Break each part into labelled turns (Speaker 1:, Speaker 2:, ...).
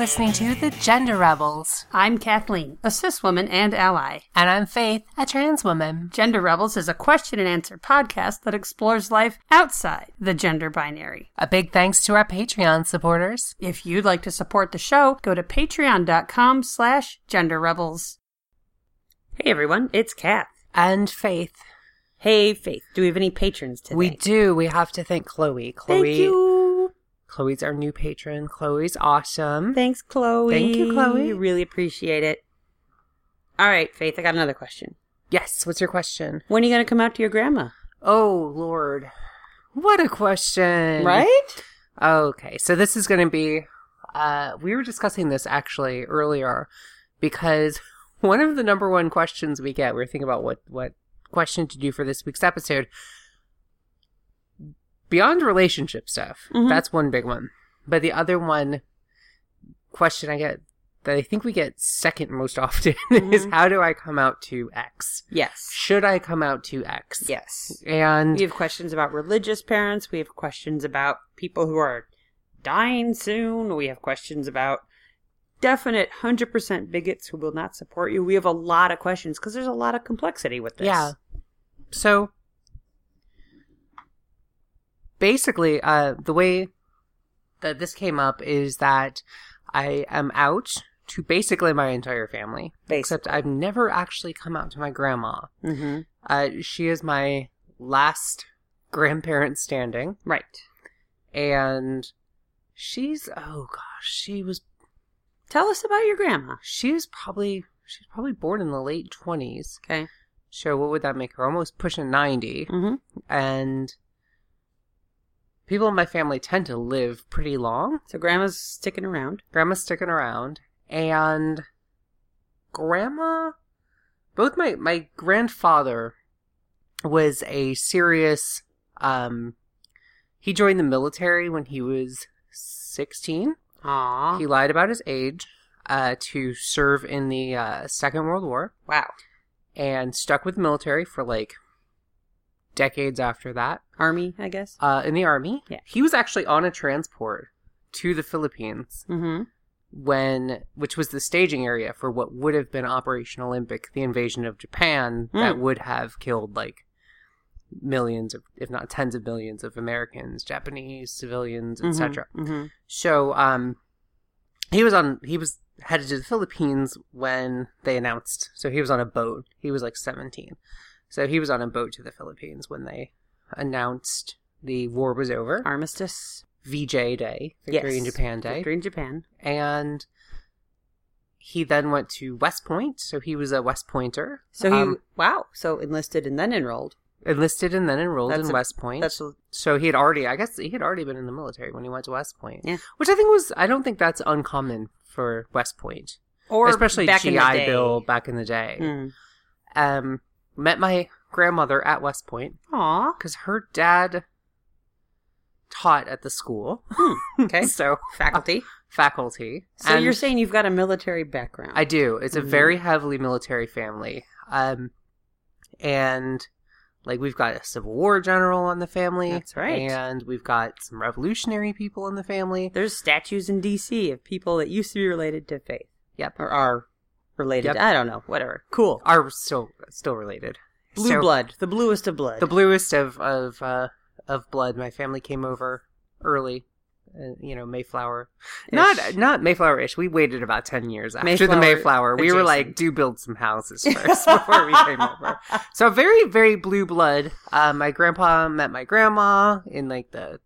Speaker 1: listening to The Gender Rebels.
Speaker 2: I'm Kathleen, a cis woman and ally.
Speaker 1: And I'm Faith, a trans woman.
Speaker 2: Gender Rebels is a question and answer podcast that explores life outside the gender binary.
Speaker 1: A big thanks to our Patreon supporters.
Speaker 2: If you'd like to support the show, go to patreon.com slash gender rebels. Hey everyone, it's Kath.
Speaker 1: And Faith.
Speaker 2: Hey Faith, do we have any patrons today?
Speaker 1: We do. We have to thank Chloe. Chloe.
Speaker 2: Thank you.
Speaker 1: Chloe's our new patron. Chloe's awesome.
Speaker 2: Thanks, Chloe.
Speaker 1: Thank you, Chloe.
Speaker 2: We Really appreciate it. All right, Faith, I got another question.
Speaker 1: Yes. What's your question?
Speaker 2: When are you going to come out to your grandma?
Speaker 1: Oh, Lord. What a question.
Speaker 2: Right?
Speaker 1: Okay, so this is going to be. Uh, we were discussing this actually earlier because one of the number one questions we get, we are thinking about what, what question to do for this week's episode. Beyond relationship stuff,
Speaker 2: Mhm.
Speaker 1: that's one big one. But the other one question I get that I think we get second most often is
Speaker 2: Mhm.
Speaker 1: how do I come out to X?
Speaker 2: Yes.
Speaker 1: Should I come out to X?
Speaker 2: Yes.
Speaker 1: And
Speaker 2: We have questions about religious parents. We have questions about people who are dying soon. We have questions about definite 100% bigots who will not support you. We have a lot of questions because there's a lot of complexity with this.
Speaker 1: Yeah. So basically, uh, the way that this came up is that I am out to basically my entire family, except I've never actually come out to my grandma.
Speaker 2: hmm
Speaker 1: Uh, she is my last grandparent standing,
Speaker 2: Right.
Speaker 1: and she's oh gosh, she was
Speaker 2: Tell us about your grandma.
Speaker 1: she was probably she's probably born in the late twenties.
Speaker 2: Okay.
Speaker 1: So what would that make her? Almost pushing ninety.
Speaker 2: Mm-hmm.
Speaker 1: and people in my family tend to live pretty long.
Speaker 2: So grandma's sticking around.
Speaker 1: Grandma's sticking around, and grandma, both my my grandfather was a serious. Um, he joined the military when he was sixteen.
Speaker 2: Aw.
Speaker 1: He lied about his age uh, to serve in the uh, Second World War
Speaker 2: wow.
Speaker 1: and stuck with the military for like decades after that.
Speaker 2: Army, I guess.
Speaker 1: uh, in the army.
Speaker 2: Yeah.
Speaker 1: He was actually on a transport to the Philippines
Speaker 2: Mm-hmm.
Speaker 1: when, which was the staging area for what would have been Operation Olympic, the invasion of Japan that
Speaker 2: Hmm.
Speaker 1: would have killed like millions of, if not tens of millions of Americans, Japanese civilians, etc.
Speaker 2: Mm-hmm.
Speaker 1: So, um, he was on, he was headed to the Philippines when they announced. So he was on a boat. He was like 17. So he was on a boat to the Philippines when they announced the war was over.
Speaker 2: Armistice.
Speaker 1: VJ Day, Victory in
Speaker 2: Yes.
Speaker 1: Japan Day.
Speaker 2: Victory in Japan.
Speaker 1: And he then went to West Point, so he was a West Pointer.
Speaker 2: So he,
Speaker 1: Um,
Speaker 2: wow. So enlisted and then enrolled.
Speaker 1: enlisted and then enrolled in
Speaker 2: That's a-
Speaker 1: West Point.
Speaker 2: That's a
Speaker 1: so he had already, I guess, he had already been in the military when he went to West Point.
Speaker 2: Yeah.
Speaker 1: Which I think was, I don't think that's uncommon for West Point,
Speaker 2: or
Speaker 1: especially
Speaker 2: back
Speaker 1: GI
Speaker 2: in the day.
Speaker 1: Bill back in the day.
Speaker 2: Mm.
Speaker 1: Um, met my grandmother at West Point
Speaker 2: Aw.
Speaker 1: because her dad taught at the school.
Speaker 2: Okay.
Speaker 1: so uh,
Speaker 2: Faculty.
Speaker 1: faculty.
Speaker 2: Uh, So
Speaker 1: And-
Speaker 2: you're saying you've got a military background?
Speaker 1: I do. It's a
Speaker 2: Mhm.
Speaker 1: very heavily military family. Um, and like we've got a Civil War general on the family.
Speaker 2: That's right.
Speaker 1: And we've got some revolutionary people in the family.
Speaker 2: There's statues in D.C. of people that used to be related to faith.
Speaker 1: Yep.
Speaker 2: Or are related.
Speaker 1: Yep.
Speaker 2: I don't know. Whatever. Cool.
Speaker 1: Are still still related.
Speaker 2: Blue
Speaker 1: So,
Speaker 2: blood. The bluest of blood.
Speaker 1: The bluest of of uh, of blood. My family came over early. Uh, you know Mayflower, not not Mayflower-ish. We waited about ten years after the
Speaker 2: Mayflower
Speaker 1: Mayflower. We were like,
Speaker 2: adjacent.
Speaker 1: do build some houses first before we came over. So very, very blue blood. Uh, my grandpa met my grandma in like the,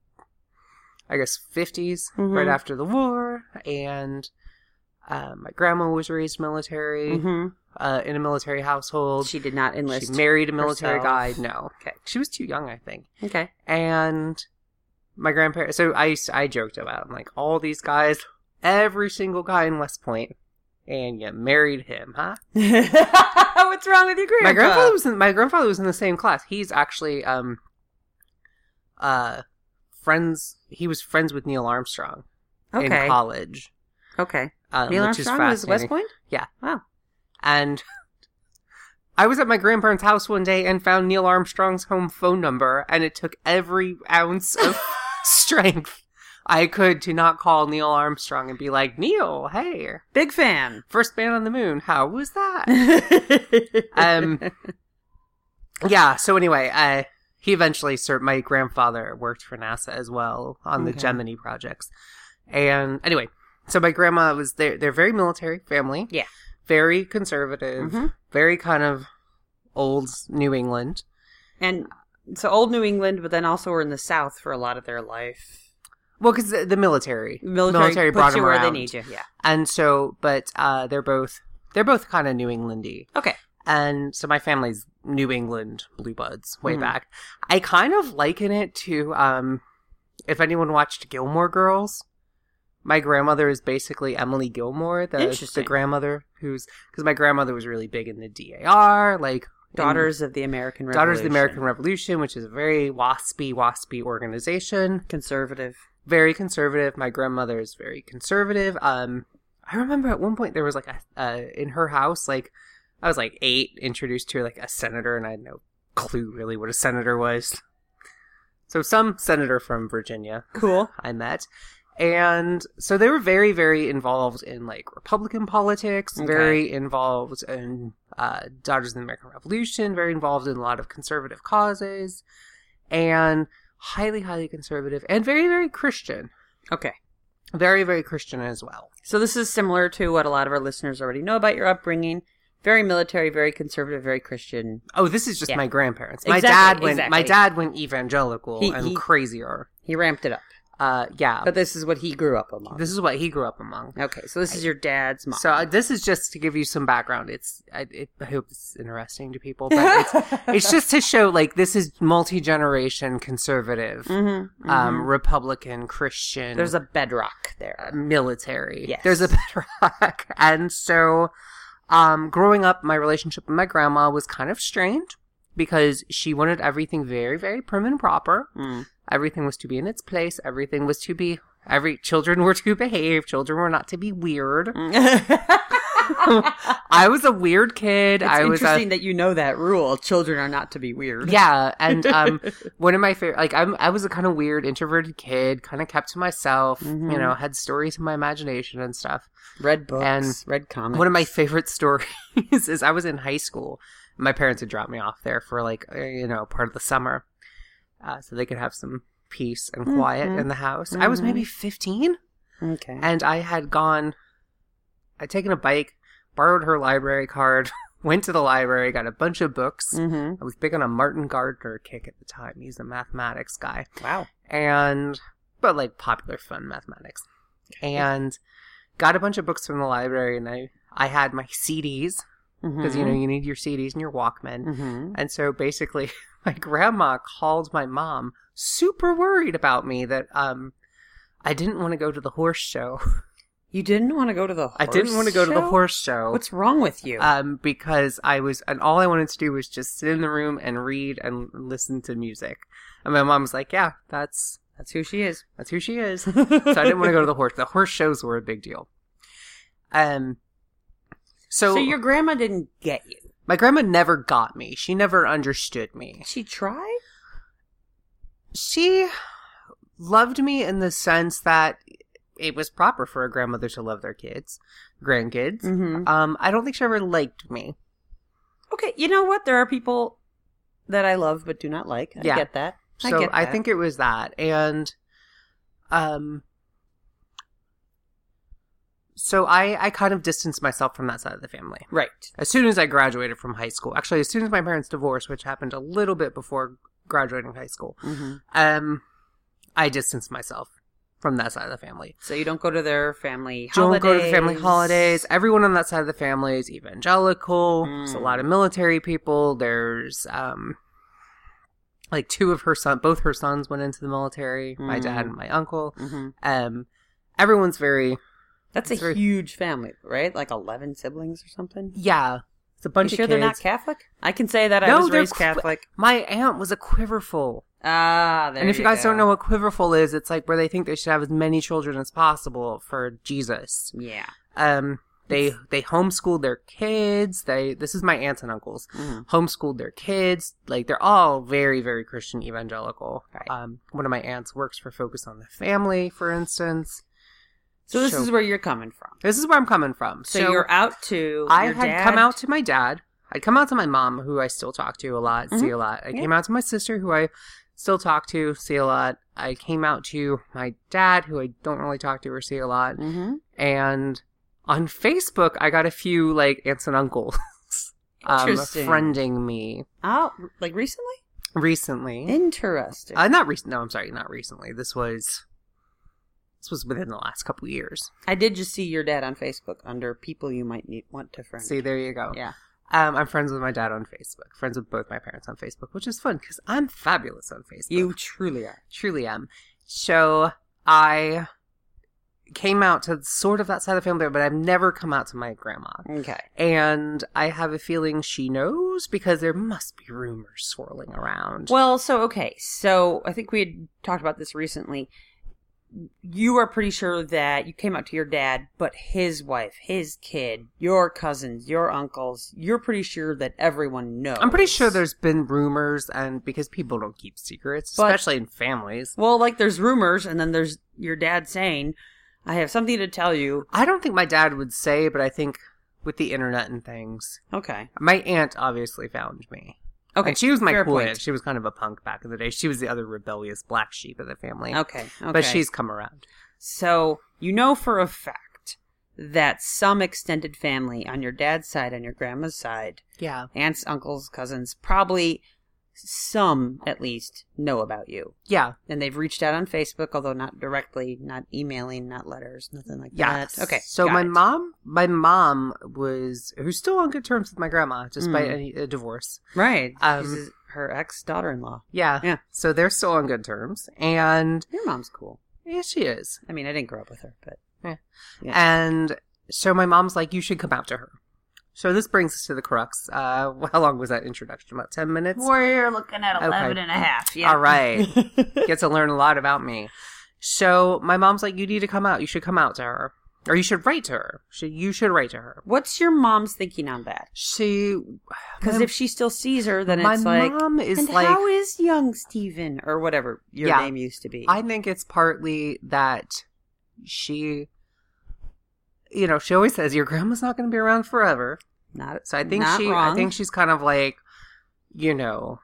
Speaker 1: I guess, 50s,
Speaker 2: Mhm.
Speaker 1: right after the war. And uh, my grandma was raised military,
Speaker 2: Mm-hmm.
Speaker 1: uh, in a military household.
Speaker 2: She did not
Speaker 1: She
Speaker 2: enlist.
Speaker 1: married a military guy.
Speaker 2: herself.
Speaker 1: No.
Speaker 2: Okay.
Speaker 1: She was too young, I think.
Speaker 2: okay.
Speaker 1: And my grandparents, so I, used- I joked about, I'm like, all these guys, every single guy in West Point, and you married him, huh?
Speaker 2: What's wrong with your grandpa?
Speaker 1: my grandfather was in, my grandfather was in the same class. He's actually um uh friends. He was friends with Neil Armstrong
Speaker 2: Okay.
Speaker 1: in college,
Speaker 2: Okay.
Speaker 1: um,
Speaker 2: Neil
Speaker 1: which is
Speaker 2: Armstrong was
Speaker 1: fascinating.
Speaker 2: West Point.
Speaker 1: And I was at my grandparents' house one day and found Neil Armstrong's home phone number, and it took every ounce of strength I could to not call Neil Armstrong and be like, Neil, hey,
Speaker 2: Big fan.
Speaker 1: first man on the moon, how was that? Um, yeah. So anyway, uh, he eventually served. My grandfather worked for NASA as well on the
Speaker 2: Okay.
Speaker 1: Gemini projects, and anyway, so my grandma was they're they're very military family.
Speaker 2: Yeah.
Speaker 1: Very conservative.
Speaker 2: Mhm.
Speaker 1: Very kind of old New England.
Speaker 2: And so old New England, but then also were in the South for a lot of their life.
Speaker 1: Well, because the, the military,
Speaker 2: Military,
Speaker 1: Military
Speaker 2: puts
Speaker 1: brought
Speaker 2: you
Speaker 1: them
Speaker 2: where
Speaker 1: around.
Speaker 2: they need you. Yeah.
Speaker 1: and so, but uh, they're both they're both kind of New Englandy.
Speaker 2: Okay.
Speaker 1: And so my family's New England blue buds way
Speaker 2: Mhm.
Speaker 1: back. I kind of liken it to um, if anyone watched Gilmore Girls. My grandmother is basically Emily Gilmore, the, the
Speaker 2: Interesting.
Speaker 1: grandmother who's because my grandmother was really big in the DAR, like in-
Speaker 2: Daughters of the American Revolution.
Speaker 1: Daughters of the American Revolution, which is a very waspy, waspy organization
Speaker 2: Conservative.
Speaker 1: very conservative. My grandmother is very conservative. Um, I remember at one point there was like a uh, in her house, like I was like eight, introduced to like a senator, and I had no clue really what a senator was. So some senator from Virginia
Speaker 2: Cool.
Speaker 1: I met, and so they were very, very involved in like Republican politics,
Speaker 2: Okay.
Speaker 1: very involved in uh, Daughters of the American Revolution, very involved in a lot of conservative causes, and highly, highly conservative and very, very Christian
Speaker 2: Okay.
Speaker 1: very very christian as well
Speaker 2: So this is similar to what a lot of our listeners already know about your upbringing. Very military, very conservative, very Christian.
Speaker 1: oh this is just
Speaker 2: Yeah.
Speaker 1: my grandparents my
Speaker 2: Exactly,
Speaker 1: dad went
Speaker 2: exactly.
Speaker 1: my dad went evangelical
Speaker 2: He-
Speaker 1: and
Speaker 2: he-
Speaker 1: crazier
Speaker 2: He ramped it up.
Speaker 1: uh yeah
Speaker 2: But this is what he grew up among.
Speaker 1: this is what he grew up among
Speaker 2: okay, so this is your dad's mom.
Speaker 1: so uh, this is just to give you some background it's i, it, I hope it's interesting to people but it's it's just to show like this is multi-generation conservative
Speaker 2: Mhm, mhm.
Speaker 1: um republican christian
Speaker 2: There's a bedrock there.
Speaker 1: military.
Speaker 2: Yes.
Speaker 1: There's a bedrock. and so um growing up my relationship with my grandma was kind of strained because she wanted everything very very prim and proper.
Speaker 2: Mm.
Speaker 1: Everything was to be in its place, everything was to be every children were to behave, children were not to be weird.
Speaker 2: Mm-hmm.
Speaker 1: I was a weird kid.
Speaker 2: it's
Speaker 1: I was a
Speaker 2: interesting that you know that rule. Children are not to be weird.
Speaker 1: yeah, and um, one of my favorite, like I'm, I was a kind of weird introverted kid, kind of kept to myself, you
Speaker 2: Mhm.
Speaker 1: know, had stories in my imagination and stuff.
Speaker 2: Red books,
Speaker 1: And
Speaker 2: red comics.
Speaker 1: One of my favorite stories is I was in high school. My parents had dropped me off there for like uh, you know part of the summer, uh, so they could have some peace and quiet
Speaker 2: Mhm.
Speaker 1: in the house. I was
Speaker 2: Mhm.
Speaker 1: maybe fifteen,
Speaker 2: Okay.
Speaker 1: and I had gone. I'd taken a bike, borrowed her library card, went to the library, got a bunch of books.
Speaker 2: Mm-hmm.
Speaker 1: I was big on a Martin Gardner kick at the time. He's a mathematics guy,
Speaker 2: Wow.
Speaker 1: and but like popular fun mathematics and got a bunch of books from the library and i i had my cds because
Speaker 2: Mm-hmm.
Speaker 1: you know you need your cds and your walkman
Speaker 2: hmm
Speaker 1: and so basically my grandma called my mom super worried about me that um i didn't want to go to the horse show
Speaker 2: you didn't want to go to the. Horse
Speaker 1: i didn't want to go to the
Speaker 2: show?
Speaker 1: horse show
Speaker 2: What's wrong with you?
Speaker 1: um because i was and all i wanted to do was just sit in the room and read and listen to music and my mom was like yeah that's
Speaker 2: That's who she is.
Speaker 1: that's who she is
Speaker 2: so
Speaker 1: so I didn't want to go to the horse. The horse shows were a big deal. Um, so,
Speaker 2: So your grandma didn't get you.
Speaker 1: my grandma never got me. She never understood me.
Speaker 2: She tried.
Speaker 1: She loved me in the sense that it was proper for a grandmother to love their kids, grandkids.
Speaker 2: Mm-hmm.
Speaker 1: Um, I don't think she ever liked me.
Speaker 2: Okay. You know what? There are people that I love but do not like. I
Speaker 1: Yeah.
Speaker 2: get that. I
Speaker 1: So I,
Speaker 2: get that.
Speaker 1: think it was that, and um, so I I kind of distanced myself from that side of the family.
Speaker 2: Right.
Speaker 1: as soon as I graduated from high school. Actually, as soon as my parents divorced, which happened a little bit before graduating high school,
Speaker 2: Mm-hmm.
Speaker 1: um, I distanced myself from that side of the family.
Speaker 2: So you don't go to their family.
Speaker 1: Don't
Speaker 2: Holidays.
Speaker 1: go to the family holidays. Everyone on that side of the family is evangelical.
Speaker 2: Mm.
Speaker 1: There's a lot of military people. There's um, like two of her son, both her sons went into the military. My
Speaker 2: Mm.
Speaker 1: dad and my uncle.
Speaker 2: hmm
Speaker 1: Um, everyone's very
Speaker 2: That's
Speaker 1: It's
Speaker 2: a
Speaker 1: very-
Speaker 2: huge family, right? Like eleven siblings or something.
Speaker 1: yeah. It's a bunch
Speaker 2: you
Speaker 1: of
Speaker 2: sure
Speaker 1: kids.
Speaker 2: they're not Catholic? I can say that I
Speaker 1: No,
Speaker 2: was
Speaker 1: they're
Speaker 2: raised
Speaker 1: qu-
Speaker 2: Catholic.
Speaker 1: my aunt was a quiverful.
Speaker 2: Ah, there
Speaker 1: and if you guys
Speaker 2: go.
Speaker 1: don't know what quiverful is, it's like where they think they should have as many children as possible for Jesus.
Speaker 2: yeah,
Speaker 1: Um, They they homeschooled their kids. They this is my aunts and uncles
Speaker 2: Mhm.
Speaker 1: homeschooled their kids. Like they're all very very Christian evangelical.
Speaker 2: Right.
Speaker 1: Um, one of my aunts works for Focus on the Family, for instance.
Speaker 2: So this is where you're coming from.
Speaker 1: this is where I'm coming from.
Speaker 2: So, you're out to
Speaker 1: I
Speaker 2: your
Speaker 1: had
Speaker 2: dad.
Speaker 1: come out to my dad. I'd come out to my mom, who I still talk to a lot, see a lot. I
Speaker 2: Mm-hmm. Yeah.
Speaker 1: came out to my sister, who I still talk to, see a lot. I came out to my dad, who I don't really talk to or see a lot.
Speaker 2: Mhm.
Speaker 1: And on Facebook, I got a few like aunts and uncles um,
Speaker 2: Interesting.
Speaker 1: friending me
Speaker 2: Oh, like recently?
Speaker 1: recently.
Speaker 2: Interesting.
Speaker 1: Uh, not recent. No, I'm sorry, not recently. This was this was within the last couple years.
Speaker 2: I did just see your dad on Facebook under people you might need want to friend.
Speaker 1: See, there you go.
Speaker 2: yeah.
Speaker 1: Um, I'm friends with my dad on Facebook. Friends with both my parents on Facebook, which is fun because I'm fabulous on Facebook.
Speaker 2: You truly are.
Speaker 1: truly am. So I came out to sort of that side of the family, but I've never come out to my grandma.
Speaker 2: Okay.
Speaker 1: And I have a feeling she knows because there must be rumors swirling around.
Speaker 2: Well, so okay. So I think we had talked about this recently. You are pretty sure that you came out to your dad, but his wife, his kid, your cousins, your uncles, you're pretty sure that everyone knows.
Speaker 1: I'm pretty sure there's been rumors, and because people don't keep secrets,
Speaker 2: But-
Speaker 1: especially in families.
Speaker 2: Well, like there's rumors and then there's your dad saying, "I have something to tell you."
Speaker 1: I don't think my dad would say, but I think with the internet and things,
Speaker 2: Okay.
Speaker 1: my aunt obviously found me.
Speaker 2: Okay.
Speaker 1: And she was my
Speaker 2: fair
Speaker 1: cool
Speaker 2: point.
Speaker 1: aunt. She was kind of a punk back in the day. She was the other rebellious black sheep of the family.
Speaker 2: Okay. Okay.
Speaker 1: But she's come around.
Speaker 2: So you know for a fact that some extended family on your dad's side, on your grandma's side,
Speaker 1: Yeah.
Speaker 2: aunts, uncles, cousins, probably some at least know about you.
Speaker 1: Yeah.
Speaker 2: And they've reached out on Facebook, although not directly, not emailing, not letters, nothing like
Speaker 1: Yeah.
Speaker 2: that. Okay.
Speaker 1: So
Speaker 2: got
Speaker 1: my
Speaker 2: it.
Speaker 1: mom, my mom was, who's still on good terms with my grandma, despite
Speaker 2: Mm.
Speaker 1: any a divorce.
Speaker 2: Right.
Speaker 1: Um,
Speaker 2: this is her ex daughter in law.
Speaker 1: Yeah.
Speaker 2: Yeah.
Speaker 1: So they're still on good terms. And
Speaker 2: Your mom's cool.
Speaker 1: yeah, she is.
Speaker 2: I mean, I didn't grow up with her, but
Speaker 1: And so my mom's like, you should come out to her. So this brings us to the crux. Uh, how long was that introduction? About 10 minutes?
Speaker 2: we're looking at
Speaker 1: Okay.
Speaker 2: 11 and a half. Yeah.
Speaker 1: All right. Get to learn a lot about me. So my mom's like, you need to come out. You should come out to her. Or you should write to her. Should you should write to her.
Speaker 2: What's your mom's thinking on that?
Speaker 1: She
Speaker 2: Because if she still sees her, then
Speaker 1: my
Speaker 2: it's like,
Speaker 1: mom is
Speaker 2: and
Speaker 1: like
Speaker 2: how is young Steven or whatever your
Speaker 1: Yeah.
Speaker 2: name used to be?
Speaker 1: I think it's partly that she, you know, she always says your grandma's not going to be around forever.
Speaker 2: not
Speaker 1: So I think
Speaker 2: Not
Speaker 1: she, I
Speaker 2: wrong.
Speaker 1: think she's kind of like, you know,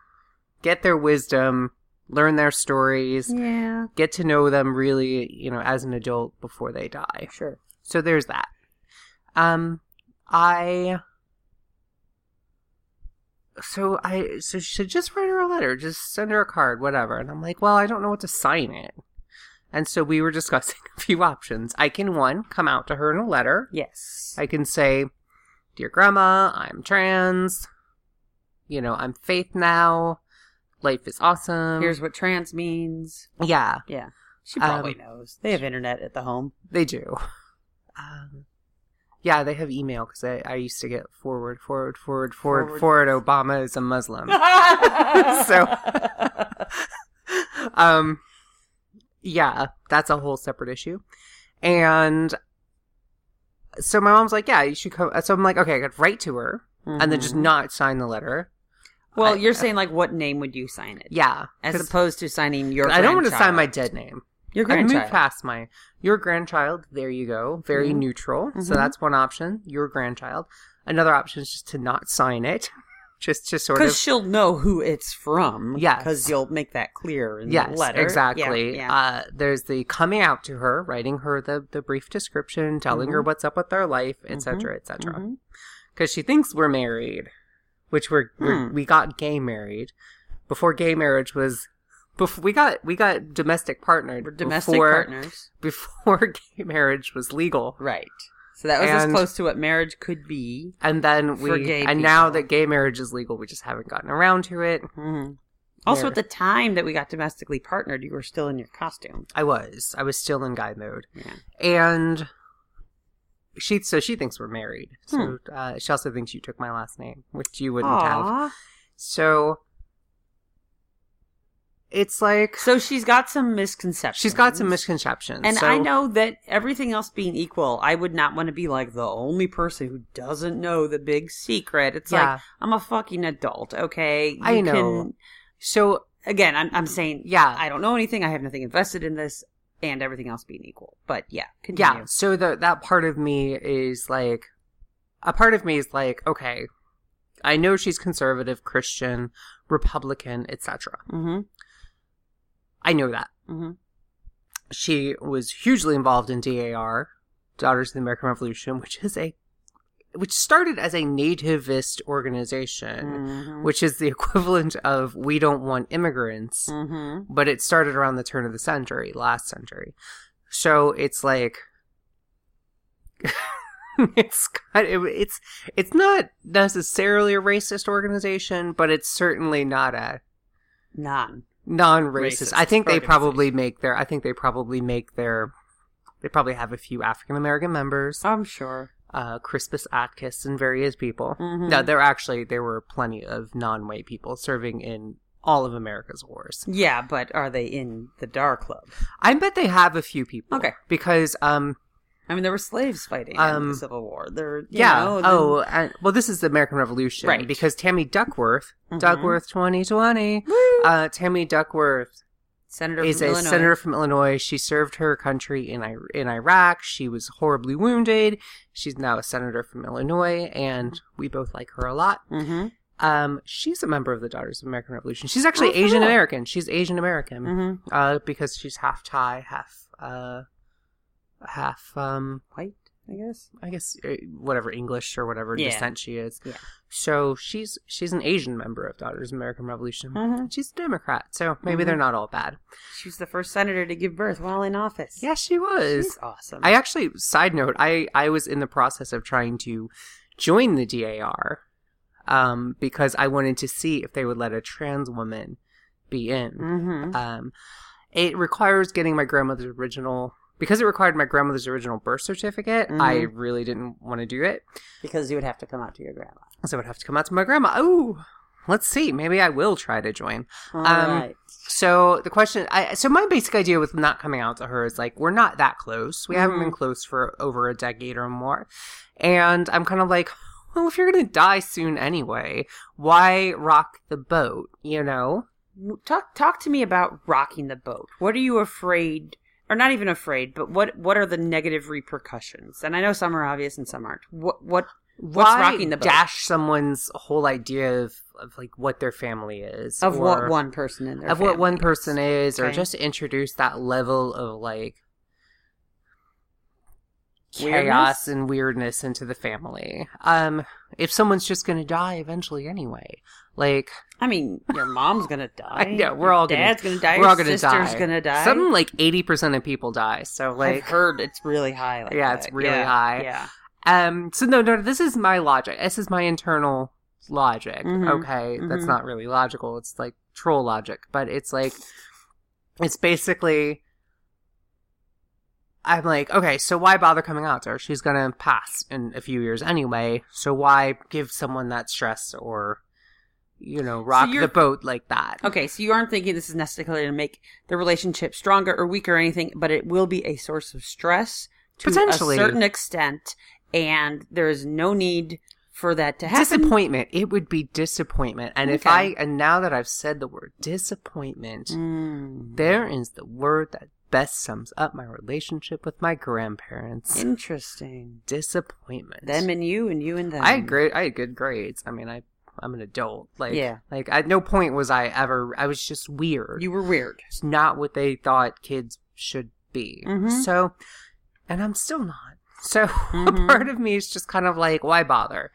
Speaker 1: get their wisdom, learn their stories,
Speaker 2: yeah,
Speaker 1: get to know them really, you know, as an adult before they die.
Speaker 2: sure.
Speaker 1: So there's that. Um, I. So I so she said, just write her a letter, just send her a card, whatever. And I'm like, well, I don't know what to sign it. And so we were discussing a few options. I can one come out to her in a letter.
Speaker 2: Yes.
Speaker 1: I can say, dear grandma, I'm trans. You know, I'm faith now. Life is awesome.
Speaker 2: Here's what trans means.
Speaker 1: yeah.
Speaker 2: Yeah. She
Speaker 1: Um,
Speaker 2: probably knows. They have internet at the home.
Speaker 1: They do. Um, yeah, they have email because I, I used to get forward, forward, forward, forward, forward.
Speaker 2: Forward.
Speaker 1: Obama is a Muslim.
Speaker 2: so
Speaker 1: um, yeah, that's a whole separate issue. And so my mom's like, yeah, you should come. So I'm like, okay, I could write to her and then just
Speaker 2: Mm-hmm.
Speaker 1: not sign the letter.
Speaker 2: Well,
Speaker 1: I-
Speaker 2: you're saying like what name would you sign it?
Speaker 1: Yeah.
Speaker 2: As
Speaker 1: 'cause
Speaker 2: opposed to signing your
Speaker 1: I don't want to sign
Speaker 2: grandchild.
Speaker 1: my dead name.
Speaker 2: your
Speaker 1: I moved
Speaker 2: grandchild.
Speaker 1: past my your grandchild. There you go. Very
Speaker 2: Mhm.
Speaker 1: neutral. So
Speaker 2: Mhm.
Speaker 1: that's one option. Your grandchild. Another option is just to not sign it, just to sort
Speaker 2: Because
Speaker 1: of
Speaker 2: she'll know who it's from.
Speaker 1: Yes.
Speaker 2: Because you'll make that clear in
Speaker 1: yes,
Speaker 2: the letter.
Speaker 1: exactly.
Speaker 2: Yeah. yeah.
Speaker 1: Uh, there's the coming out to her, writing her the the brief description, telling
Speaker 2: Mm-hmm.
Speaker 1: her what's up with their life, etc., etc.
Speaker 2: Mhm.
Speaker 1: Because she thinks we're married, which we're, we're
Speaker 2: Hmm.
Speaker 1: we got gay married before gay marriage was. Before we got we got domestic partnered
Speaker 2: We're domestic
Speaker 1: before,
Speaker 2: partners.
Speaker 1: before gay marriage was legal.
Speaker 2: Right. So that was as
Speaker 1: And-
Speaker 2: close to what marriage could be.
Speaker 1: and then
Speaker 2: For
Speaker 1: we
Speaker 2: gay
Speaker 1: and now
Speaker 2: people.
Speaker 1: that gay marriage is legal we just haven't gotten around to it
Speaker 2: Mhm. Also,
Speaker 1: Mm-hmm. There.
Speaker 2: at the time that we got domestically partnered, you were still in your costume.
Speaker 1: i was i was still in guy mode
Speaker 2: Yeah.
Speaker 1: and she so she thinks we're married
Speaker 2: Hmm.
Speaker 1: so uh, she also thinks you took my last name which you wouldn't have
Speaker 2: Aw.
Speaker 1: so it's like
Speaker 2: So she's got some misconceptions.
Speaker 1: she's got some misconceptions.
Speaker 2: And
Speaker 1: so-
Speaker 2: I know that everything else being equal, I would not want to be like the only person who doesn't know the big secret. It's
Speaker 1: Yeah.
Speaker 2: like I'm a fucking adult, okay? You
Speaker 1: I know. so
Speaker 2: again, I'm, I'm saying
Speaker 1: yeah,
Speaker 2: I don't know anything. I have nothing invested in this, and everything else being equal. But yeah, continue.
Speaker 1: yeah. So the that part of me is like, a part of me is like, okay, I know she's conservative, Christian, Republican, etc.
Speaker 2: Mm-hmm.
Speaker 1: I know that.
Speaker 2: Mm-hmm.
Speaker 1: she was hugely involved in DAR, Daughters of the American Revolution, which is a which started as a nativist organization,
Speaker 2: Mm-hmm.
Speaker 1: which is the equivalent of we don't want immigrants,
Speaker 2: Mm-hmm.
Speaker 1: but it started around the turn of the century, last century. So it's like it's kind of, it's it's not necessarily a racist organization, but it's certainly not a
Speaker 2: None.
Speaker 1: non-racist.
Speaker 2: Racist
Speaker 1: I think they
Speaker 2: organization.
Speaker 1: probably make their. I think they probably make their. They probably have a few African American members,
Speaker 2: I'm sure.
Speaker 1: uh, Crispus Atkiss and various people.
Speaker 2: Mhm.
Speaker 1: No, there actually there were plenty of non-white people serving in all of America's wars.
Speaker 2: Yeah, but are they in the Dar Club?
Speaker 1: I bet they have a few people.
Speaker 2: Okay.
Speaker 1: because um
Speaker 2: I mean, there were slaves fighting in
Speaker 1: Um,
Speaker 2: the Civil War. There, you
Speaker 1: yeah
Speaker 2: know, then-
Speaker 1: oh and, well this is the American Revolution
Speaker 2: Right.
Speaker 1: because Tammy Duckworth
Speaker 2: Mhm.
Speaker 1: Duckworth twenty twenty
Speaker 2: Woo!
Speaker 1: uh Tammy Duckworth
Speaker 2: senator
Speaker 1: is
Speaker 2: from
Speaker 1: a
Speaker 2: Illinois.
Speaker 1: senator from Illinois. She served her country in I- in Iraq. She was horribly wounded. She's now a senator from Illinois, and we both like her a lot.
Speaker 2: Mm-hmm.
Speaker 1: Um, she's a member of the Daughters of American Revolution. She's actually
Speaker 2: Oh, cool.
Speaker 1: Asian American. She's Asian American
Speaker 2: Mm-hmm.
Speaker 1: uh, because she's half Thai, half uh, half um,
Speaker 2: White, I guess.
Speaker 1: I guess uh, whatever English or whatever
Speaker 2: Yeah.
Speaker 1: descent she is.
Speaker 2: Yeah.
Speaker 1: So she's she's an Asian member of Daughters of American Revolution.
Speaker 2: Mm-hmm.
Speaker 1: She's a Democrat, so maybe
Speaker 2: Mhm.
Speaker 1: they're not all bad.
Speaker 2: She was the first senator to give birth while in office.
Speaker 1: Yeah, she was.
Speaker 2: she's awesome.
Speaker 1: I actually, side note, I, I was in the process of trying to join the DAR um, because I wanted to see if they would let a trans woman be in.
Speaker 2: mm-hmm.
Speaker 1: Um, it requires getting my grandmother's original, because it required my grandmother's original birth certificate, I
Speaker 2: Mhm.
Speaker 1: really didn't want to do it.
Speaker 2: because you would have to come out to your grandma.
Speaker 1: So I would have to come out to my grandma. Oh, let's see. Maybe I will try to join.
Speaker 2: All
Speaker 1: Um,
Speaker 2: right.
Speaker 1: So the question, I, so my basic idea with not coming out to her is like we're not that close. We haven't
Speaker 2: Mhm.
Speaker 1: been close for over a decade or more, and I'm kind of like, well, if you're gonna die soon anyway, why rock the boat? You know?
Speaker 2: Talk talk to me about rocking the boat. What are you afraid, or not even afraid, but what what are the negative repercussions? And I know some are obvious and some aren't. What what? What's
Speaker 1: why
Speaker 2: rocking the boat?
Speaker 1: dash someone's whole idea of, of like what their family is
Speaker 2: Of
Speaker 1: or-
Speaker 2: what one person in there?
Speaker 1: of what one person is, or
Speaker 2: Okay.
Speaker 1: just introduce that level of like
Speaker 2: Weirdness?
Speaker 1: chaos and weirdness into the family. Um, if someone's just gonna die eventually anyway, like
Speaker 2: I mean, your mom's gonna die.
Speaker 1: I know, we're
Speaker 2: Your
Speaker 1: all gonna-
Speaker 2: dad's gonna, die.
Speaker 1: we're all
Speaker 2: your
Speaker 1: gonna
Speaker 2: sister's
Speaker 1: die.
Speaker 2: gonna die.
Speaker 1: something like eighty percent of people die. So
Speaker 2: I've
Speaker 1: like,
Speaker 2: heard it's really high. Like
Speaker 1: Yeah,
Speaker 2: that.
Speaker 1: it's really
Speaker 2: Yeah,
Speaker 1: high.
Speaker 2: Yeah.
Speaker 1: um, so no, no, this is my logic. This is my internal logic.
Speaker 2: Mhm.
Speaker 1: Okay, that's
Speaker 2: Mhm.
Speaker 1: not really logical. It's like troll logic, but it's like it's basically. I'm like, okay, so why bother coming out to her? She's gonna pass in a few years anyway. So why give someone that stress or, you know, rock
Speaker 2: you're-
Speaker 1: the boat like that?
Speaker 2: Okay, so you aren't thinking this is necessarily to make the relationship stronger or weaker or anything, but it will be a source of stress to
Speaker 1: Potentially.
Speaker 2: a certain extent, and there is no need for that to happen.
Speaker 1: Disappointment. It would be disappointment. And if I
Speaker 2: Okay.
Speaker 1: and now that I've said the word disappointment,
Speaker 2: Mm.
Speaker 1: there is the word that best sums up my relationship with my grandparents.
Speaker 2: Interesting.
Speaker 1: Disappointment.
Speaker 2: Them and you, and you and them.
Speaker 1: I had great I had good grades. I mean I I'm an adult. Like
Speaker 2: Yeah.
Speaker 1: like at no point was I ever I was just weird.
Speaker 2: You were weird.
Speaker 1: it's not what they thought kids should be.
Speaker 2: Mhm.
Speaker 1: So and I'm still not. So
Speaker 2: Mhm.
Speaker 1: a part of me is just kind of like, why bother?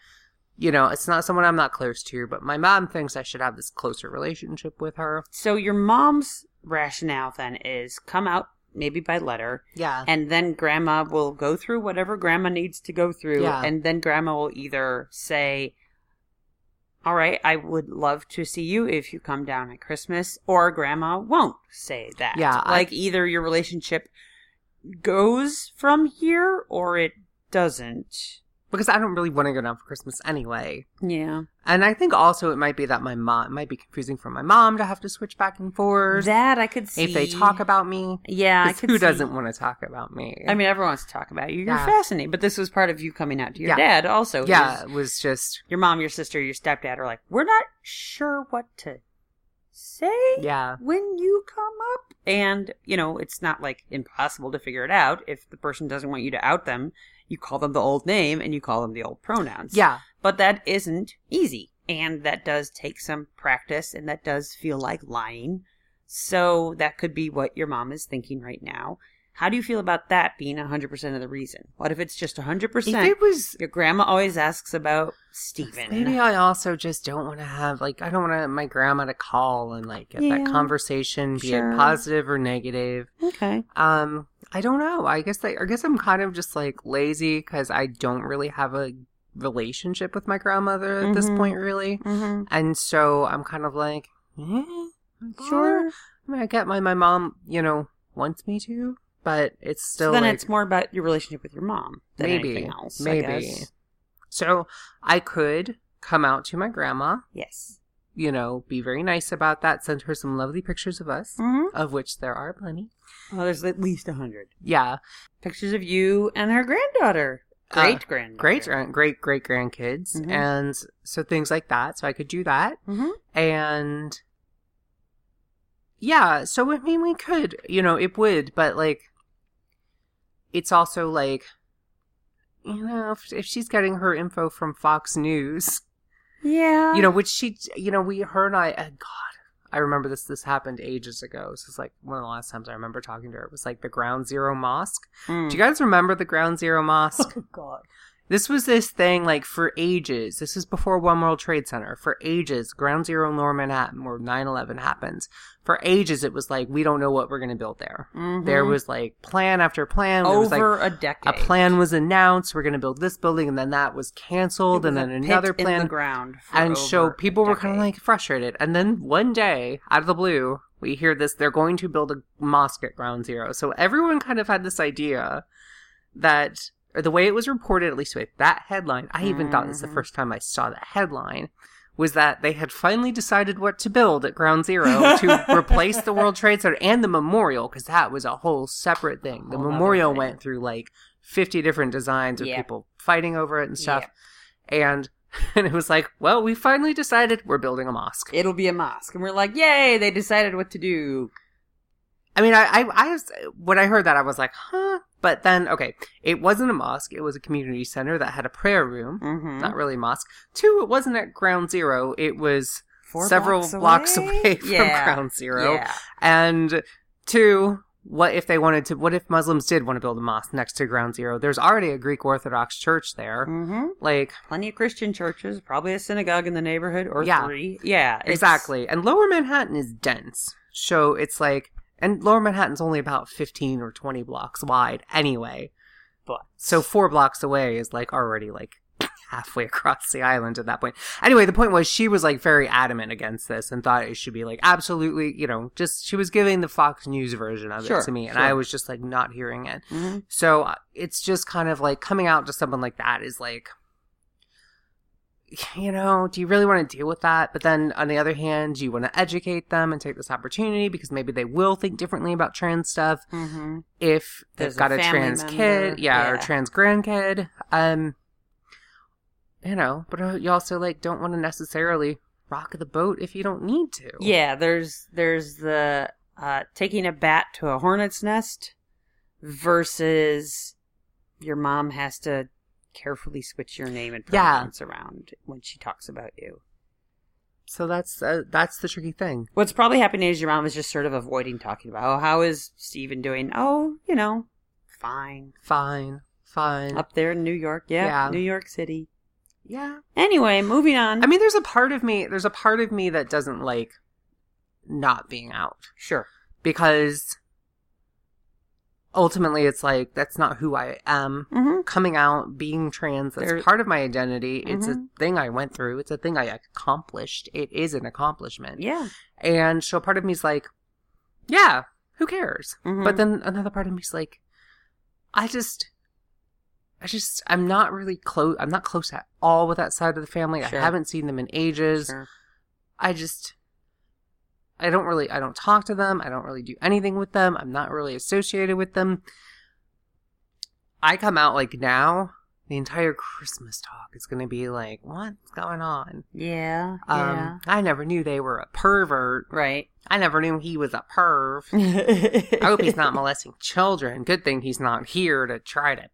Speaker 1: You know, it's not someone I'm not close to, but my mom thinks I should have this closer relationship with her.
Speaker 2: So your mom's rationale then is come out maybe by letter,
Speaker 1: Yeah.
Speaker 2: and then grandma will go through whatever grandma needs to go through
Speaker 1: Yeah.
Speaker 2: and then grandma will either say all right i would love to see you if you come down at christmas or grandma won't say that
Speaker 1: Yeah, I-
Speaker 2: like either your relationship goes from here or it doesn't
Speaker 1: because I don't really want to go down for Christmas anyway.
Speaker 2: Yeah.
Speaker 1: And I think also it might be that my mom it might be confusing for my mom to have to switch back and forth
Speaker 2: That I could see.
Speaker 1: if they talk about me.
Speaker 2: Yeah, I
Speaker 1: 'Cause
Speaker 2: could
Speaker 1: who
Speaker 2: see.
Speaker 1: doesn't want to talk about me?
Speaker 2: I mean, everyone wants to talk about you. You're
Speaker 1: Yeah.
Speaker 2: fascinating, but this was part of you coming out to your
Speaker 1: Yeah.
Speaker 2: dad also.
Speaker 1: yeah,
Speaker 2: His-
Speaker 1: it was just
Speaker 2: your mom, your sister, your stepdad are like, we're not sure what to say
Speaker 1: yeah,
Speaker 2: when you come up. And, you know, it's not like impossible to figure it out. If the person doesn't want you to out them, you call them the old name and you call them the old pronouns.
Speaker 1: yeah,
Speaker 2: But that isn't easy. And that does take some practice and that does feel like lying. So that could be what your mom is thinking right now. How do you feel about that being 100% of the reason? What if it's just 100%?
Speaker 1: If it was
Speaker 2: Your grandma always asks about Steven.
Speaker 1: maybe I also just don't want to have like I don't want my grandma to call and like get
Speaker 2: Yeah.
Speaker 1: that conversation, be
Speaker 2: Sure.
Speaker 1: it positive or negative.
Speaker 2: okay.
Speaker 1: Um, I don't know. I guess I, I guess I'm kind of just like lazy because I don't really have a relationship with my grandmother at this
Speaker 2: Mhm.
Speaker 1: point, really.
Speaker 2: Mm-hmm.
Speaker 1: And so I'm kind of like, eh, sure.
Speaker 2: Sure.
Speaker 1: I mean, I get my my mom, you know, wants me to, but it's still
Speaker 2: so then
Speaker 1: like,
Speaker 2: it's more about your relationship with your mom than
Speaker 1: Maybe.
Speaker 2: anything else.
Speaker 1: Maybe.
Speaker 2: I guess.
Speaker 1: so I could come out to my grandma,
Speaker 2: Yes.
Speaker 1: you know, be very nice about that, send her some lovely pictures of us,
Speaker 2: Mm-hmm.
Speaker 1: of which there are plenty.
Speaker 2: Oh, there's at least a hundred
Speaker 1: Yeah,
Speaker 2: pictures of you and her granddaughter,
Speaker 1: Uh,
Speaker 2: great granddaughter,
Speaker 1: great, great, great grandkids,
Speaker 2: Mhm.
Speaker 1: and so things like that. So I could do that.
Speaker 2: Mm-hmm.
Speaker 1: and yeah so i mean we could you know it would but like it's also like you know if, if she's getting her info from fox news
Speaker 2: Yeah.
Speaker 1: you know which she you know we her and i uh, god i remember this this happened ages ago this is like one of the last times i remember talking to her it was like the ground zero mosque
Speaker 2: Mm.
Speaker 1: do you guys remember the ground zero mosque
Speaker 2: Oh God.
Speaker 1: This was this thing like for ages. This is before One World Trade Center. For ages, Ground Zero in Lower Manhattan, where 9 11 happens. For ages, it was like, we don't know what we're going to build there. There
Speaker 2: Mhm.
Speaker 1: was like plan after plan. There was like
Speaker 2: over a
Speaker 1: a
Speaker 2: decade.
Speaker 1: plan was announced. We're going to build this building. And then that was
Speaker 2: It
Speaker 1: canceled.
Speaker 2: was
Speaker 1: and
Speaker 2: a
Speaker 1: then
Speaker 2: pit
Speaker 1: another
Speaker 2: in the
Speaker 1: plan.
Speaker 2: ground. for
Speaker 1: And so
Speaker 2: over a
Speaker 1: people were kind of
Speaker 2: decade.
Speaker 1: like frustrated. And then one day, out of the blue, we hear this they're going to build a mosque at Ground Zero. So everyone kind of had this idea that, or the way it was reported, at least with that headline, I even thought this the
Speaker 2: Mhm.
Speaker 1: first time I saw the headline, was that they had finally decided what to build at Ground Zero to replace the World Trade Center and the memorial, because that was a whole separate thing. The
Speaker 2: Whole other
Speaker 1: memorial
Speaker 2: thing.
Speaker 1: went through like 50 different designs with
Speaker 2: Yeah.
Speaker 1: people fighting over it and stuff
Speaker 2: Yeah.
Speaker 1: and and it was like, well, we finally decided we're building a mosque.
Speaker 2: It'll be a mosque, and we're like, "Yay! They decided what to do."
Speaker 1: I mean, I, I, I was, when I heard that, I was like, huh. But then, okay, it wasn't a mosque; it was a community center that had a prayer room.
Speaker 2: Mm-hmm.
Speaker 1: Not really a mosque. Two, it wasn't at Ground Zero; it was several blocks, away, from
Speaker 2: yeah.
Speaker 1: Ground Zero.
Speaker 2: Yeah.
Speaker 1: And two, what if they wanted to? What if Muslims did want to build a mosque next to Ground Zero? There's already a Greek Orthodox church there.
Speaker 2: Mm-hmm.
Speaker 1: Like,
Speaker 2: Plenty of Christian churches, probably a synagogue in the neighborhood or
Speaker 1: Yeah.
Speaker 2: three. Yeah, it's-
Speaker 1: Exactly. And lower Manhattan is dense. So it's like, and lower Manhattan's only about 15 or 20 blocks wide anyway.
Speaker 2: But
Speaker 1: So four blocks away is like already like halfway across the island at that point. Anyway, the point was she was like very adamant against this and thought it should be like absolutely, you know, just she was giving the Fox News version of
Speaker 2: Sure,
Speaker 1: it to me. And
Speaker 2: sure.
Speaker 1: I was just like not hearing it.
Speaker 2: Mhm.
Speaker 1: So uh, it's just kind of like coming out to someone like that is like, you know, do you really want to deal with that? But then on the other hand, do you want to educate them and take this opportunity because maybe they will think differently about trans stuff Mm-hmm.
Speaker 2: Mhm.
Speaker 1: if they've
Speaker 2: There's a
Speaker 1: got a,
Speaker 2: family
Speaker 1: trans
Speaker 2: member,
Speaker 1: kid, yeah, or
Speaker 2: yeah.
Speaker 1: trans grandkid. Um, you know, but uh, you also like don't want to necessarily rock the boat if you don't need to.
Speaker 2: yeah, there's there's the uh, taking a bat to a hornet's nest versus your mom has to carefully switch your name and
Speaker 1: Yeah.
Speaker 2: pronouns around when she talks about you.
Speaker 1: So that's uh, that's the tricky thing.
Speaker 2: What's probably happening is your mom is just sort of avoiding talking about, oh, how is Steven doing? Oh, you know, fine.
Speaker 1: Fine, fine.
Speaker 2: Up there in New York. Yeah,
Speaker 1: Yeah.
Speaker 2: New York City.
Speaker 1: yeah.
Speaker 2: Anyway, moving on.
Speaker 1: I mean, there's a part of me, there's a part of me that doesn't like not being out
Speaker 2: sure.
Speaker 1: because ultimately it's like that's not who I am.
Speaker 2: Mm-hmm.
Speaker 1: Coming out, being trans, that's
Speaker 2: There-
Speaker 1: part of my identity. It's a
Speaker 2: Mhm.
Speaker 1: thing I went through, it's a thing I accomplished. It is an accomplishment.
Speaker 2: Yeah.
Speaker 1: And so part of me's like, yeah, who cares?
Speaker 2: Mhm.
Speaker 1: But then another part of me's like, I just. I just I'm not really close. I'm not close at all with that side of the family.
Speaker 2: Sure.
Speaker 1: I haven't seen them in ages.
Speaker 2: Sure.
Speaker 1: I just I don't really I don't talk to them. I don't really do anything with them. I'm not really associated with them. I come out like now, the entire Christmas talk is going to be like, what's going on?
Speaker 2: Yeah.
Speaker 1: Um, I never knew they were a pervert.
Speaker 2: Right.
Speaker 1: I never knew he was a perv.
Speaker 2: I
Speaker 1: I hope he's not molesting children. Good thing he's not here to try to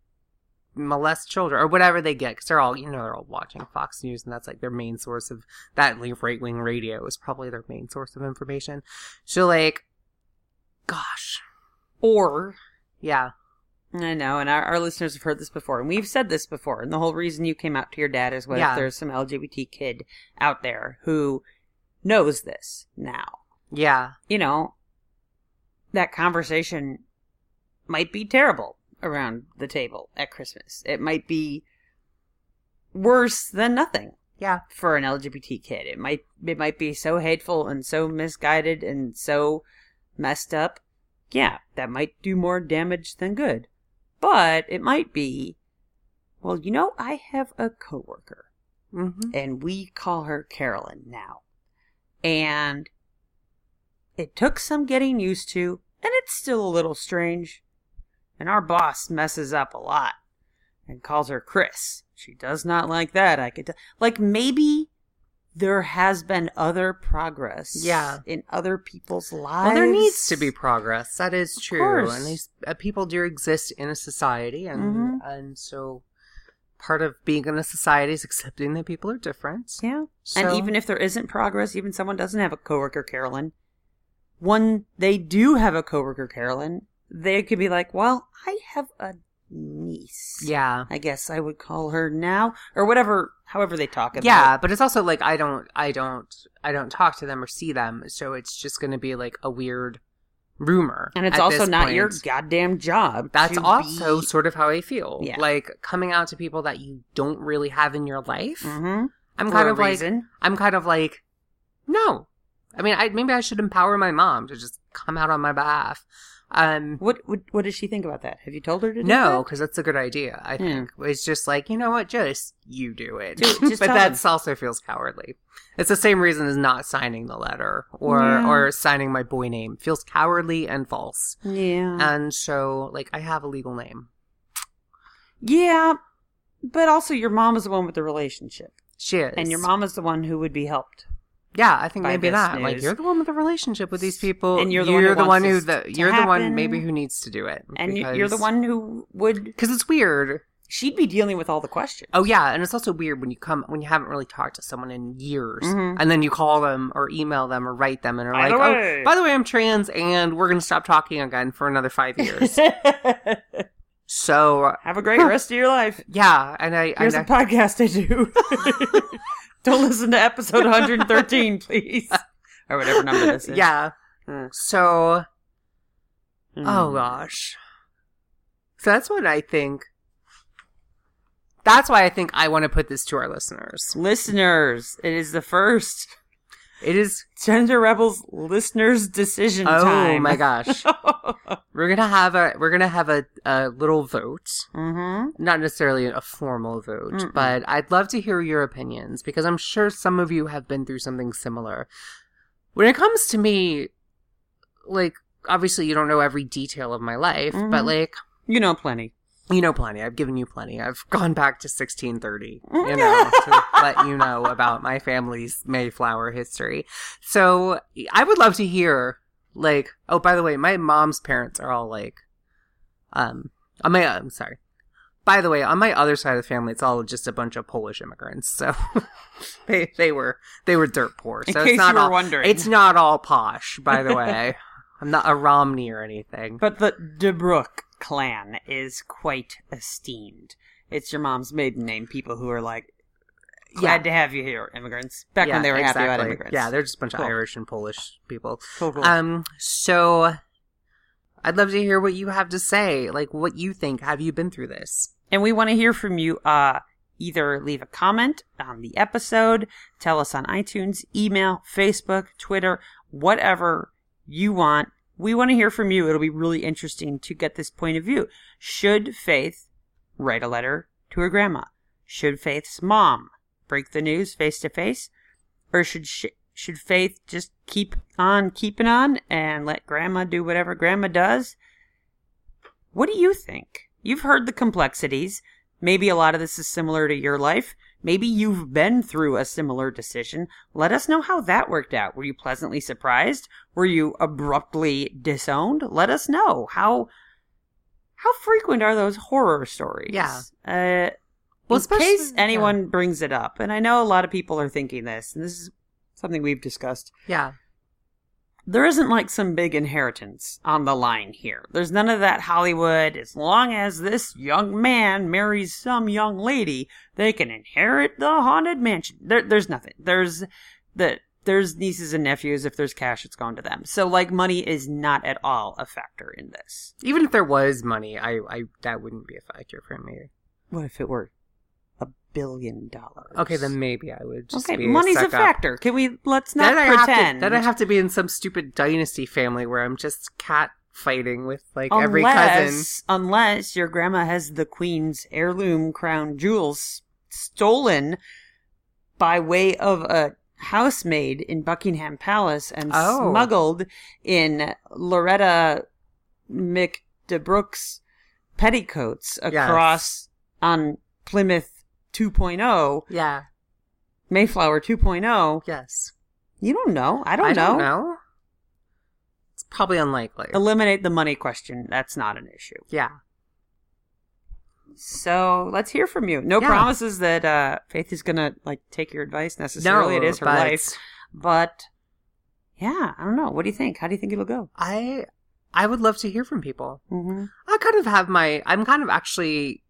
Speaker 1: molest children or whatever they get because they're all you know they're all watching Fox News and that's like their main source of that right wing radio is probably their main source of information. So like, gosh,
Speaker 2: Or
Speaker 1: yeah,
Speaker 2: I know, and our, our listeners have heard this before, and we've said this before. And the whole reason you came out to your dad is was
Speaker 1: Yeah.
Speaker 2: there's some LGBT kid out there who knows this now.
Speaker 1: yeah,
Speaker 2: You know, that conversation might be terrible around the table at Christmas. It might be worse than nothing
Speaker 1: yeah,
Speaker 2: for an LGBT kid. It might it might be so hateful and so misguided and so messed up. Yeah, that might do more damage than good. But it might be well, you know, I have a coworker
Speaker 1: mm-hmm.
Speaker 2: and we call her Carolyn now. And it took some getting used to, and it's still a little strange. And our boss messes up a lot and calls her Chris. She does not like that. I could tell. Like maybe there has been other progress
Speaker 1: Yeah.
Speaker 2: in other people's lives.
Speaker 1: Well, there needs to be progress. That is true,
Speaker 2: course.
Speaker 1: and these uh, people do exist in a society, and
Speaker 2: Mhm.
Speaker 1: and so part of being in a society is accepting that people are different.
Speaker 2: Yeah.
Speaker 1: So-
Speaker 2: And even if there isn't progress, even someone doesn't have a coworker, Carolyn, when they do have a coworker, Carolyn, they could be like, well, I have a niece.
Speaker 1: yeah.
Speaker 2: I guess I would call her now, or whatever, however they talk about
Speaker 1: yeah
Speaker 2: it.
Speaker 1: but it's also like i don't i don't i don't talk to them or see them so it's just going to be like a weird rumor
Speaker 2: And it's
Speaker 1: at
Speaker 2: also
Speaker 1: this
Speaker 2: not
Speaker 1: point.
Speaker 2: your goddamn job.
Speaker 1: that's
Speaker 2: to
Speaker 1: also
Speaker 2: Be...
Speaker 1: sort of how i feel
Speaker 2: Yeah.
Speaker 1: like coming out to people that you don't really have in your life
Speaker 2: Mm-hmm.
Speaker 1: i'm kind
Speaker 2: a
Speaker 1: of like
Speaker 2: reason.
Speaker 1: i'm kind of like no i mean i maybe i should empower my mom to just come out on my behalf um
Speaker 2: What, what, what does she think about that? Have you told her to do
Speaker 1: no
Speaker 2: that?
Speaker 1: because that's a good idea i
Speaker 2: Hmm.
Speaker 1: think it's just like you know what just you do it
Speaker 2: Do it. Just
Speaker 1: but
Speaker 2: tell
Speaker 1: that's also feels cowardly it's the same reason as not signing the letter or
Speaker 2: Yeah.
Speaker 1: or signing my boy name feels cowardly and false
Speaker 2: Yeah.
Speaker 1: and so like i have a legal name
Speaker 2: yeah. But also, your mom is the one with the relationship.
Speaker 1: she is
Speaker 2: And your mom is the one who would be helped.
Speaker 1: yeah i think
Speaker 2: by
Speaker 1: maybe
Speaker 2: this
Speaker 1: not like
Speaker 2: news.
Speaker 1: you're the one with the relationship with these people
Speaker 2: And you're the one who wants this
Speaker 1: the,
Speaker 2: to
Speaker 1: you're the one
Speaker 2: happen.
Speaker 1: maybe who needs to do it
Speaker 2: And you you're the one who would.
Speaker 1: because it's weird
Speaker 2: She'd be dealing with all the questions.
Speaker 1: Oh yeah, and it's also weird when you come when you haven't really talked to someone in years,
Speaker 2: Mhm.
Speaker 1: and then you call them or email them or write them and are
Speaker 2: By
Speaker 1: like,
Speaker 2: the
Speaker 1: "Oh,
Speaker 2: way."
Speaker 1: by the way, I'm trans, and we're gonna stop talking again for another five years." so
Speaker 2: Have a great rest of your life.
Speaker 1: yeah, and I,
Speaker 2: Here's
Speaker 1: and
Speaker 2: a podcast I do. Don't listen to episode 113, please. Or whatever number this
Speaker 1: I
Speaker 2: is.
Speaker 1: yeah.
Speaker 2: Mm.
Speaker 1: So
Speaker 2: Mm.
Speaker 1: oh gosh, so that's what I think. That's why I think I want to put this to our listeners.
Speaker 2: Listeners, it is the first
Speaker 1: It is
Speaker 2: Gender Rebels listeners decision
Speaker 1: oh
Speaker 2: time.
Speaker 1: my gosh, we're gonna have a we're gonna have a, a little vote.
Speaker 2: mm-hmm.
Speaker 1: not necessarily a formal vote,
Speaker 2: Mm-mm.
Speaker 1: but I'd love to hear your opinions because I'm sure some of you have been through something similar. When it comes to me, like, obviously you don't know every detail of my life, but
Speaker 2: Mhm.
Speaker 1: like,
Speaker 2: You know plenty.
Speaker 1: you know plenty. I've given you plenty. I've gone back to 1630,
Speaker 2: Mm-hmm.
Speaker 1: you know, to let you know about my family's Mayflower history. So I would love to hear, like, oh, by the way, my mom's parents are all like, um, on my, I'm sorry. By the way, on my other side of the family, it's all just a bunch of Polish immigrants. So they, they were, they were dirt poor.
Speaker 2: In
Speaker 1: So
Speaker 2: case
Speaker 1: it's not
Speaker 2: you were
Speaker 1: all,
Speaker 2: wondering.
Speaker 1: it's not all posh, by the way. I'm not a Romney or anything.
Speaker 2: But the DeBrook clan is quite esteemed. It's your mom's maiden name, people who are like, glad to have you here, immigrants. Back when they were happy about
Speaker 1: exactly.
Speaker 2: immigrants.
Speaker 1: Yeah, they're just a bunch
Speaker 2: Cool.
Speaker 1: of Irish and Polish people.
Speaker 2: cool, cool.
Speaker 1: Um, so I'd love to hear what you have to say, like what you think. Have you been through this?
Speaker 2: and we want to hear from you uh either leave a comment on the episode tell us on itunes email facebook twitter whatever you want we want to hear from you it'll be really interesting to get this point of view should faith write a letter to her grandma? Should Faith's mom break the news face to face, or should she, should Faith just keep on keeping on and let grandma do whatever grandma does? What do you think? You've heard the complexities. Maybe a lot of this is similar to your life. Maybe you've been through a similar decision. Let us know how that worked out. Were you pleasantly surprised? Were you abruptly disowned? Let us know. How how frequent are those horror stories?
Speaker 1: Yeah.
Speaker 2: Uh,
Speaker 1: Well,
Speaker 2: in
Speaker 1: especially-
Speaker 2: case anyone brings it up, and I know a lot of people are thinking this, and this is something we've discussed.
Speaker 1: Yeah.
Speaker 2: There isn't like some big inheritance on the line here. There's none of that Hollywood. As long as this young man marries some young lady, they can inherit the haunted mansion. There, there's nothing. There's the there's nieces and nephews. If there's cash, it's going to them. So like money is not at all a factor in this.
Speaker 1: Even if there was money, I, I that wouldn't be a factor for me.
Speaker 2: What if it were a billion dollars?
Speaker 1: Okay, then maybe I would just
Speaker 2: okay,
Speaker 1: be
Speaker 2: money's a
Speaker 1: sucked up.
Speaker 2: factor. Can we let's not
Speaker 1: then I have to,
Speaker 2: pretend?
Speaker 1: then I have to be in some stupid dynasty family where I'm just cat fighting with like
Speaker 2: unless,
Speaker 1: every cousin.
Speaker 2: Unless your grandma has the queen's heirloom crown jewels stolen by way of a housemaid in Buckingham Palace and
Speaker 1: Oh.
Speaker 2: smuggled in Loretta McDebrooke's petticoats across on Plymouth 2.0,
Speaker 1: Yeah.
Speaker 2: Mayflower 2.0.
Speaker 1: Yes.
Speaker 2: You don't know. I don't
Speaker 1: I
Speaker 2: know.
Speaker 1: don't know. It's probably unlikely.
Speaker 2: Eliminate the money question. That's not an issue.
Speaker 1: yeah.
Speaker 2: So let's hear from you. No
Speaker 1: Yeah.
Speaker 2: promises that uh, Faith is gonna like take your advice necessarily. it is her
Speaker 1: but
Speaker 2: life, but yeah, I don't know. What do you think? How do you think it'll go?
Speaker 1: I I would love to hear from people.
Speaker 2: Mm-hmm.
Speaker 1: I kind of have my I'm kind of actually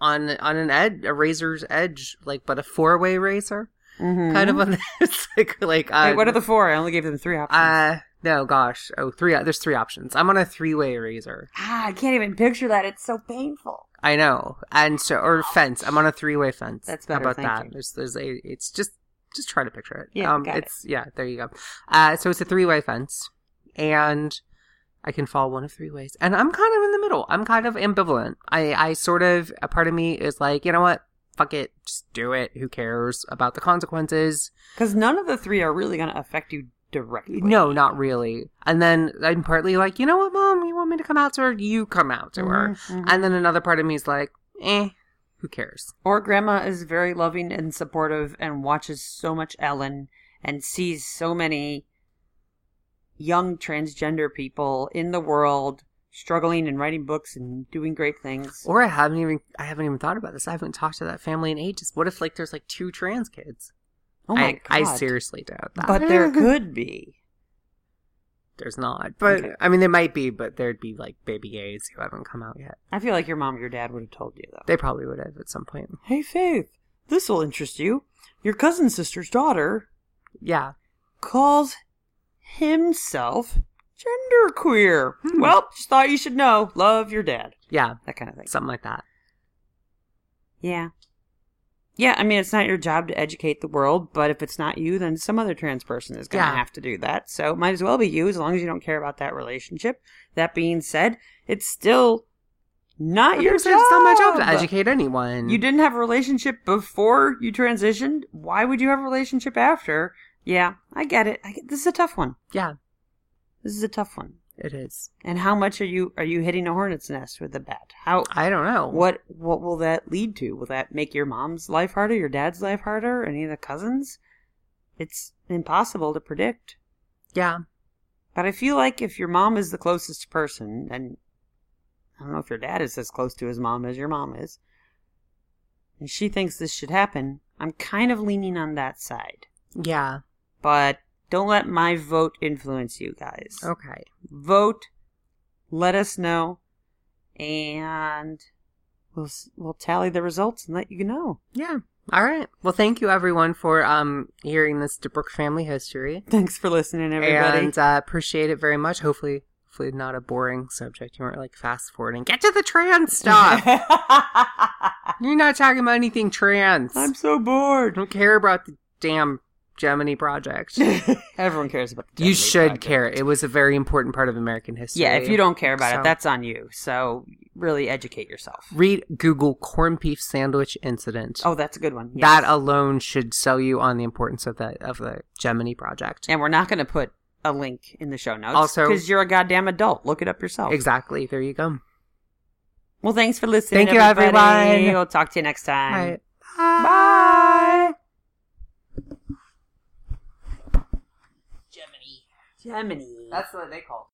Speaker 1: on on an ed a razor's edge like but a four way razor
Speaker 2: Mm-hmm.
Speaker 1: kind of on this like like uh,
Speaker 2: Wait, what are the four? I only gave them three options.
Speaker 1: uh no gosh oh three there's three options I'm on a three way razor
Speaker 2: ah, I can't even picture that. It's so painful.
Speaker 1: I know. And so, or fence. I'm on a three way fence.
Speaker 2: That's
Speaker 1: How
Speaker 2: better,
Speaker 1: about
Speaker 2: thank
Speaker 1: that?
Speaker 2: you.
Speaker 1: There's, there's a, it's just, just try to picture it. Um,
Speaker 2: Yeah, got it.
Speaker 1: it's, yeah, there you go. Uh, so it's a three way fence and I can fall one of three ways. And I'm kind of in the middle. I'm kind of ambivalent. I, I sort of, a part of me is like, you know what? Fuck it. Just do it. Who cares about the consequences?
Speaker 2: Because none of the three are really gonna affect you directly.
Speaker 1: No, not really. And then I'm partly like, you know what, mom, you want me to come out to her? You come out to her.
Speaker 2: Mhm, mhm.
Speaker 1: And then another part of me is like, eh, who cares?
Speaker 2: Or grandma is very loving and supportive and watches so much Ellen and sees so many young transgender people in the world struggling and writing books and doing great things.
Speaker 1: Or I haven't even I haven't even thought about this. I haven't talked to that family in ages. What if like there's like two trans kids?
Speaker 2: oh my
Speaker 1: I, I
Speaker 2: God.
Speaker 1: seriously doubt that.
Speaker 2: But there could be.
Speaker 1: there's not. But
Speaker 2: Okay.
Speaker 1: I mean there might be, but there'd be like baby gays who haven't come out yet.
Speaker 2: I feel like your mom or your dad would have told you though.
Speaker 1: They probably would have at some point.
Speaker 2: Hey Faith, this will interest you. Your cousin sister's daughter
Speaker 1: Yeah.
Speaker 2: calls himself genderqueer.
Speaker 1: Hmm.
Speaker 2: Well, just thought you should know. Love your dad.
Speaker 1: Yeah.
Speaker 2: That kind of thing.
Speaker 1: Something like that.
Speaker 2: Yeah. Yeah, I mean, it's not your job to educate the world, but if it's not you, then some other trans person is going to
Speaker 1: Yeah.
Speaker 2: have to do that. So it might as well be you as long as you don't care about that relationship. That being said, it's still not
Speaker 1: But
Speaker 2: your
Speaker 1: it's
Speaker 2: job.
Speaker 1: not my job to educate anyone.
Speaker 2: You didn't have a relationship before you transitioned. Why would you have a relationship after? Yeah, I get it. I get, this is a tough one.
Speaker 1: Yeah,
Speaker 2: This is a tough one.
Speaker 1: it is.
Speaker 2: And how much are you are you hitting a hornet's nest with the bat? How
Speaker 1: I don't know.
Speaker 2: what what will that lead to? Will that make your mom's life harder, your dad's life harder, any of the cousins? It's impossible to predict.
Speaker 1: Yeah.
Speaker 2: But I feel like if your mom is the closest person, and I don't know if your dad is as close to his mom as your mom is, and she thinks this should happen, I'm kind of leaning on that side.
Speaker 1: Yeah.
Speaker 2: But don't let my vote influence you guys
Speaker 1: Okay.
Speaker 2: vote let us know and we'll s- we'll tally the results and let you know
Speaker 1: Yeah. All right. Well, thank you everyone for um hearing this DeBrook family history,
Speaker 2: thanks for listening everybody
Speaker 1: and uh, appreciate it very much. Hopefully, hopefully not a boring subject. You weren't like fast forwarding. Get to the trans stuff. You're not talking about anything trans.
Speaker 2: i'm so bored
Speaker 1: don't care about the damn Gemini project.
Speaker 2: everyone cares about the
Speaker 1: you
Speaker 2: Jeopardy
Speaker 1: should
Speaker 2: project.
Speaker 1: care. It was a very important part of American history.
Speaker 2: yeah if you don't care about
Speaker 1: So-
Speaker 2: it that's on you so really educate yourself.
Speaker 1: Read Google corned beef sandwich incident.
Speaker 2: Oh, that's a good one.
Speaker 1: That
Speaker 2: yes.
Speaker 1: alone should sell you on the importance of the of the Gemini project.
Speaker 2: and we're not going to put a link in the show notes.
Speaker 1: Also-
Speaker 2: because you're a goddamn adult, look it up yourself.
Speaker 1: Exactly. There you go.
Speaker 2: Well, thanks for listening.
Speaker 1: Thank you,
Speaker 2: everybody.
Speaker 1: everyone.
Speaker 2: We'll talk to you next time.
Speaker 1: All right.
Speaker 2: Bye. Gemini. Gemini.
Speaker 1: what they call.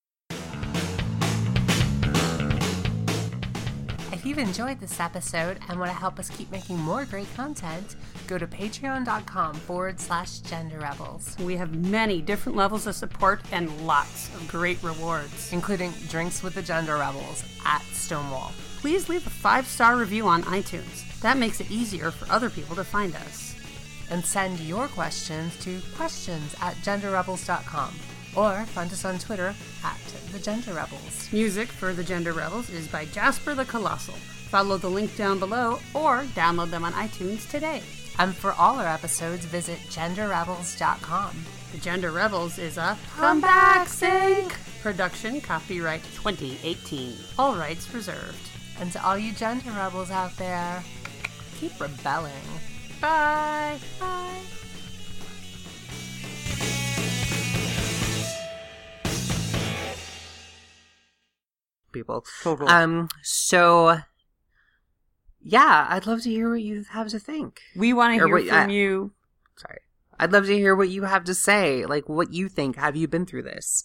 Speaker 1: If you've enjoyed this episode and want to help us keep making more great content, go to patreon.com forward slash gender rebels,
Speaker 2: We have many different levels of support and lots of great rewards.
Speaker 1: including drinks with the gender rebels at Stonewall.
Speaker 2: Please leave a five star review on iTunes. That makes it easier for other people to find us.
Speaker 1: and send your questions to questions at genderrebels.com or find us on Twitter at the Gender Rebels.
Speaker 2: Music for The Gender Rebels is by Jasper the Colossal. Follow the link down below or download them on iTunes today.
Speaker 1: And for all our episodes, visit genderrebels.com.
Speaker 2: The Gender Rebels is a comeback sync production copyright 2018. All rights reserved.
Speaker 1: And to all you Gender Rebels out there, keep rebelling.
Speaker 2: Bye. Bye.
Speaker 1: People.
Speaker 2: Cool, cool.
Speaker 1: Um, so, yeah, I'd love to hear what you have to think.
Speaker 2: we want to
Speaker 1: or
Speaker 2: hear
Speaker 1: wait,
Speaker 2: from
Speaker 1: I-
Speaker 2: you.
Speaker 1: Sorry. I'd love to hear what you have to say, like what you think. Have you been through this?